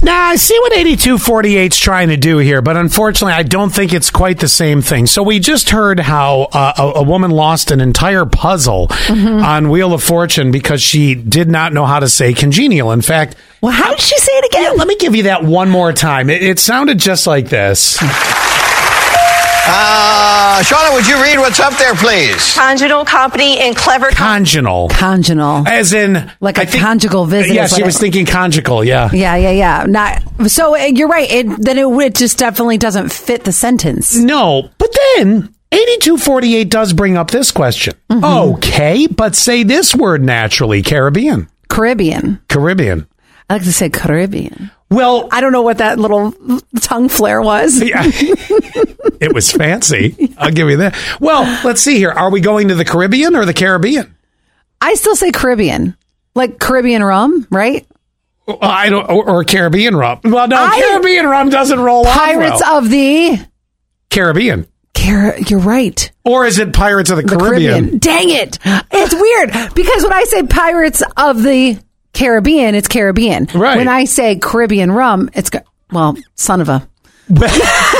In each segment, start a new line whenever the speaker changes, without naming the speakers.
Nah, I see what 8248's trying to do here, but unfortunately, I don't think it's quite the same thing. So we just heard how uh, a, a woman lost an entire puzzle
Mm-hmm.
on Wheel of Fortune because she did not know how to say congenial. In fact,
Well, how did she say it again?
yeah, let me give you that one more time. It, it sounded just like this.
Uh, Shauna, would you read what's up there, please?
Conjugal company and clever
Conjugal.
Conjugal.
As in,
Like a
I think-
conjugal visit
Yeah,
is what
she
it-
was thinking conjugal. Yeah,
Yeah, yeah, yeah. Not so. uh, You're right. It, then it, would- it just definitely doesn't fit the sentence.
No, but then 8248 does bring up this question.
Mm-hmm.
Okay, but say this word naturally Caribbean.
Caribbean.
Caribbean.
I like to say Caribbean.
Well,
I don't know what that little tongue flare was.
yeah. it was fancy. I'll give you that. Well, let's see here. Are we going to the Caribbean or the Caribbean?
I still say Caribbean, like Caribbean rum, right?
Well, I don't, or, or Caribbean rum. Well, no,
I-
Caribbean rum doesn't roll off.
Pirates
well.
of the.
Caribbean.
Car- you're right.
Or is it Pirates of the,
The
Caribbean?
Caribbean. Dang it! It's weird because when I say Pirates of the Caribbean, it's Caribbean.
Right.
When I say Caribbean rum, it's ca- well, son of a.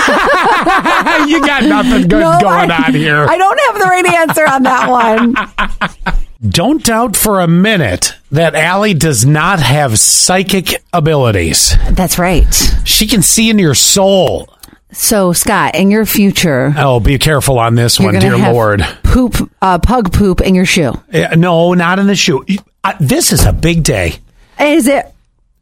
you got nothing good
No,
going
I-
on here.
I don't have the right answer on that one.
Don't doubt for a minute that Allie does not have psychic abilities.
That's right.
She can see in your soul.
So, Scott, in your future,
Oh, be careful on this
you're
one,
gonna
dear
have
Lord.
poop, uh, pug poop in your shoe.
Eh, No, not in the shoe. You- I- This is a big day.
Is it?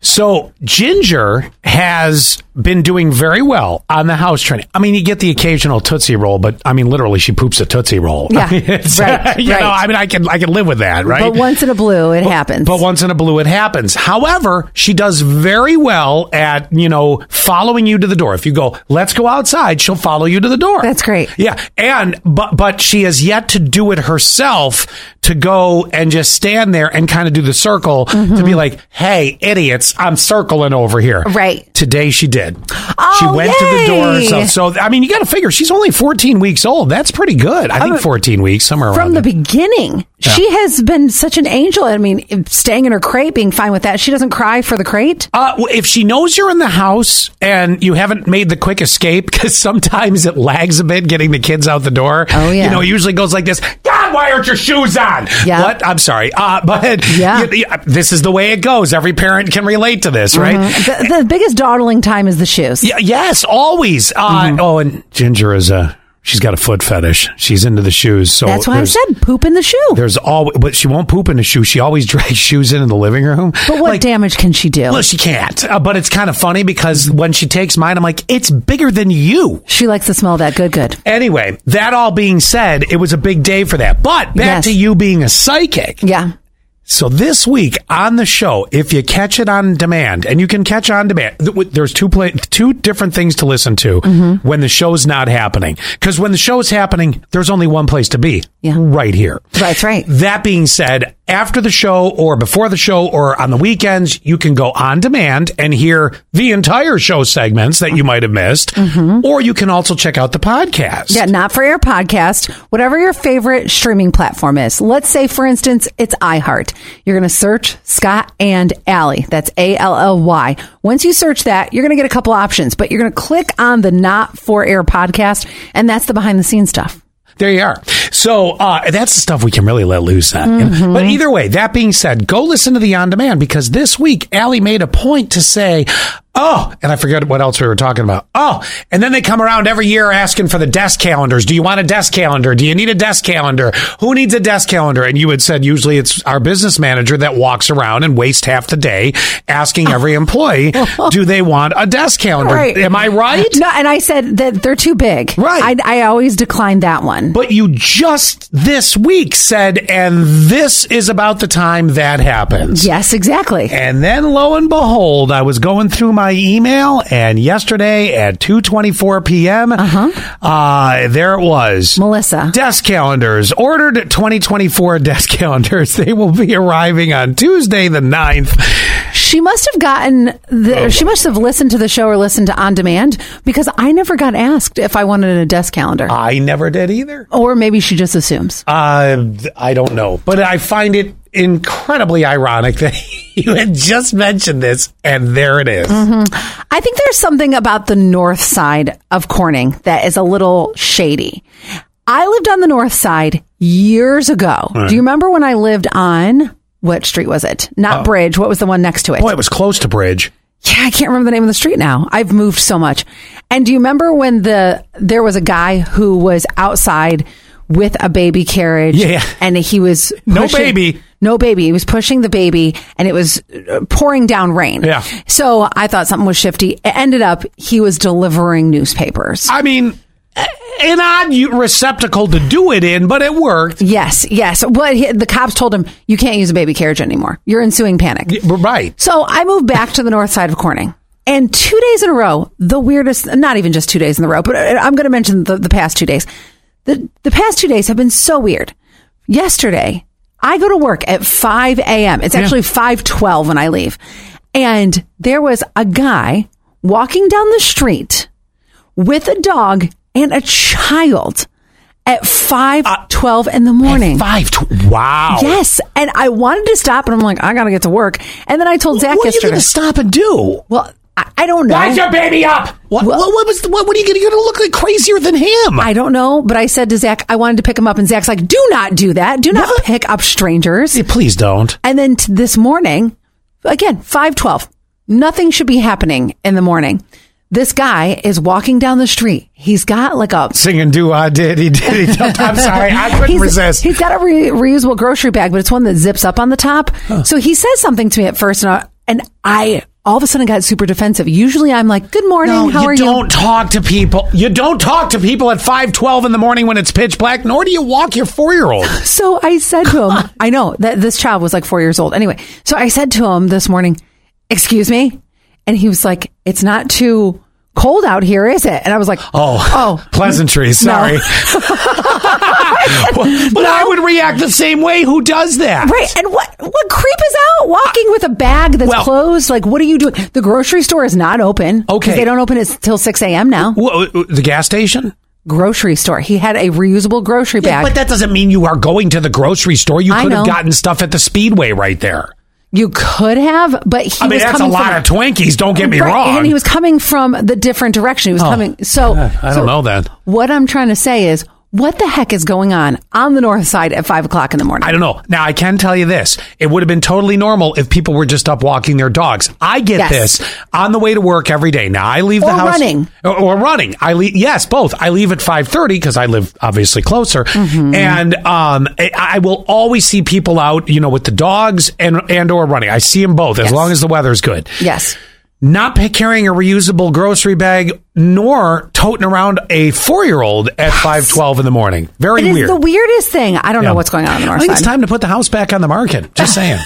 So, Ginger has been doing very well on the house training. I mean, you get the occasional Tootsie Roll, but I mean, literally, she poops a Tootsie Roll.
Yeah,
It's-
right,
you know,
right.
I mean, I can, I can live with that, right?
But once in a blue, it happens.
But once in a blue, it happens. However, she does very well at, you know, following you to the door. If you go, let's go outside, she'll follow you to the door.
That's great.
Yeah. And, but, but she has yet to do it herself to go and just stand there and kind of do the circle to
Mm-hmm.
be like, hey, idiots, I'm circling over here.
Right.
Today she did. she
Oh,
went to the door
yay.
herself. So, I mean, you got to figure she's only 14 weeks old. That's pretty good. I think 14 weeks, somewhere around
Oh. from the
there.
beginning, she has been such an angel. I mean, staying in her crate, being fine with that. She doesn't cry for the crate.
Uh, well, if she knows you're in the house and you haven't made the quick escape, because sometimes it lags a bit getting the kids out the door.
Oh, yeah.
You know, it usually goes like this God, why aren't your shoes on?
Yeah.
What? I'm sorry. Uh, but
Yeah.
you- you- this is the way it goes. Every parent can relate to this, right?
The, the biggest dawdling time is the shoes.
Y- yes, always. Uh,
Mm-hmm.
Oh, and Ginger is a. She's got a foot fetish. She's into the shoes. So
That's why I
there's-
said poop in the shoe. But
There's always, but she won't poop in a shoe. She always drags shoes into the living room.
what
Like,
damage can she do?
Well, she can't. Uh, but it's kind of funny because when she takes mine, I'm like, it's bigger than you.
She likes to smell that. Good, good.
Anyway, that all being said, it was a big day for that. But back
Yes.
to you being a psychic.
Yeah.
So this week on the show, if you catch it on demand, and you can catch on demand, th- w- there's two play, two different things to listen to
Mm-hmm.
when the show's not happening. Because when the show's happening, there's only one place to be,
Yeah.
right here.
That's right.
That being said, after the show or before the show or on the weekends, you can go on demand and hear the entire show segments that you might have missed, or you can also check out the podcast.
Mm-hmm. Yeah, not for your podcast, whatever your favorite streaming platform is. Let's say, for instance, it's iHeart. You're going to search Scott and Allie. That's A L L Y. Once you search that, you're going to get a couple options, but you're going to click on the not for air podcast, and that's the behind the scenes stuff.
There you are. So uh, that's the stuff we can really let loose on. But either way, that being said, go listen to the on demand because this week Allie made a point to say, oh, and I forget what else we were talking about. Oh, and then they come around every year asking for the desk calendars. Do you want a desk calendar? Do you need a desk calendar? Who needs a desk calendar? And you had said usually it's our business manager that walks around and wastes half the day asking every employee, do they want a desk calendar? Am I right?
No, and I said that they're too big.
Right.
I, I always decline that one.
But you just this week said, and this is about the time that happens.
yes, exactly.
And then lo and behold, I was going through my email, and yesterday at 2.24 p.m., uh-huh. there it was.
Melissa.
Desk calendars. Ordered 2024 desk calendars. They will be arriving on Tuesday the 9th.
She must have gotten the.
Oh,
she must have listened to the show or listened to on demand because I never got asked if I wanted a desk calendar,
I never did either.
or maybe she just assumes.
Uh, th- I don't know, but I find it incredibly ironic that you had just mentioned this, and there it is.
I think there's something about the north side of Corning that is a little shady. I lived on the north side years ago. Do you remember when I lived on what street was it? Not Bridge. What was the one next to it?
Boy, it was close to Bridge.
Yeah, I can't remember the name of the street now. I've moved so much. And do you remember when the there was a guy who was outside with a baby carriage?
Yeah.
and he was
No baby.
no baby. He was pushing the baby, and it was uh, pouring down rain.
Yeah.
So I thought something was shifty. It ended up he was delivering newspapers.
I mean, a- an odd u- receptacle to do it in, but it worked.
yes, yes. What he, the cops told him, you can't use a baby carriage anymore. You're ensuing panic.
Y- Right.
So I moved back to the north side of Corning. And two days in a row, the weirdest, not even just two days in a row, but I- I'm going to mention the, the past two days. The, the past two days have been so weird. Yesterday, I go to work at 5 a.m. It's actually 512 when I leave. And there was a guy walking down the street with a dog and a child at 512 in the morning.
Five. Tw- wow.
Yes. And I wanted to stop and I'm like, I got to get to work. And then I told Zach
What are you
yesterday.
going to stop and do?
Well, I, I don't know.
Rise your baby up. What? What, what was? What, what are you going to look like crazier than him?
I don't know, but I said to Zach, I wanted to pick him up, and Zach's like, "Do not do that. Do not
What?
pick up strangers."
Yeah, Please don't.
And then t- this morning, again, five twelve, nothing should be happening in the morning. This guy is walking down the street. He's got like a
Singing do I did he did he. I'm sorry, I couldn't
he's,
resist.
He's got a re- reusable grocery bag, but it's one that zips up on the top. So he says something to me at first, and I, and I all of a sudden got super defensive. Usually, I'm like, "Good morning,
No,
how
you
are
don't
you?"
talk to people. You don't talk to people at five twelve in the morning when it's pitch black. Nor do you walk your four year old.
So I said to him, I know that this child was like four years old. Anyway, so I said to him this morning, Excuse me? And he was like, It's not too cold out here, is it? And I was like,
Oh,
oh,
pleasantry. Sorry. Well, but I would react the same way. Who does that?
Right, and what what creep is out walking with a bag that's
Well-
closed? Like, what are you doing? The grocery store is not open. 'cause
Okay.
they don't open it till six a.m. now.
Wha- uh, the gas station.
Grocery store. He had a reusable grocery
Yeah,
bag.
but that doesn't mean you are going to the grocery store. You
I
could
know.
have gotten stuff at the speedway right there.
you could have, but he
I mean,
was
that's a
coming
lot
from,
of Twinkies. Don't get me
Right,
wrong. Oh,
And he was coming from the different direction. He was coming. So
I
so
don't know that.
What I'm trying to say is, what the heck is going on on the north side at five o'clock in the morning?
I don't know. Now I can tell you this: it would have been totally normal if people were just up walking their dogs. I get
Yes.
this on the way to work every day. Now I leave the
Or
house
running.
or, or running. I leave. Yes, both. I leave at five thirty because I live obviously closer,
Mm-hmm.
and um, I, I will always see people out, you know, with the dogs and and or running. I see them both as long as the weather's good.
yes.
Not pick carrying a reusable grocery bag nor toting around a four year old at five twelve in the morning. Very
It is
weird.
the weirdest thing. I don't
Yeah.
know what's going on on the north
I think
side.
it's time to put the house back on the market. Just saying.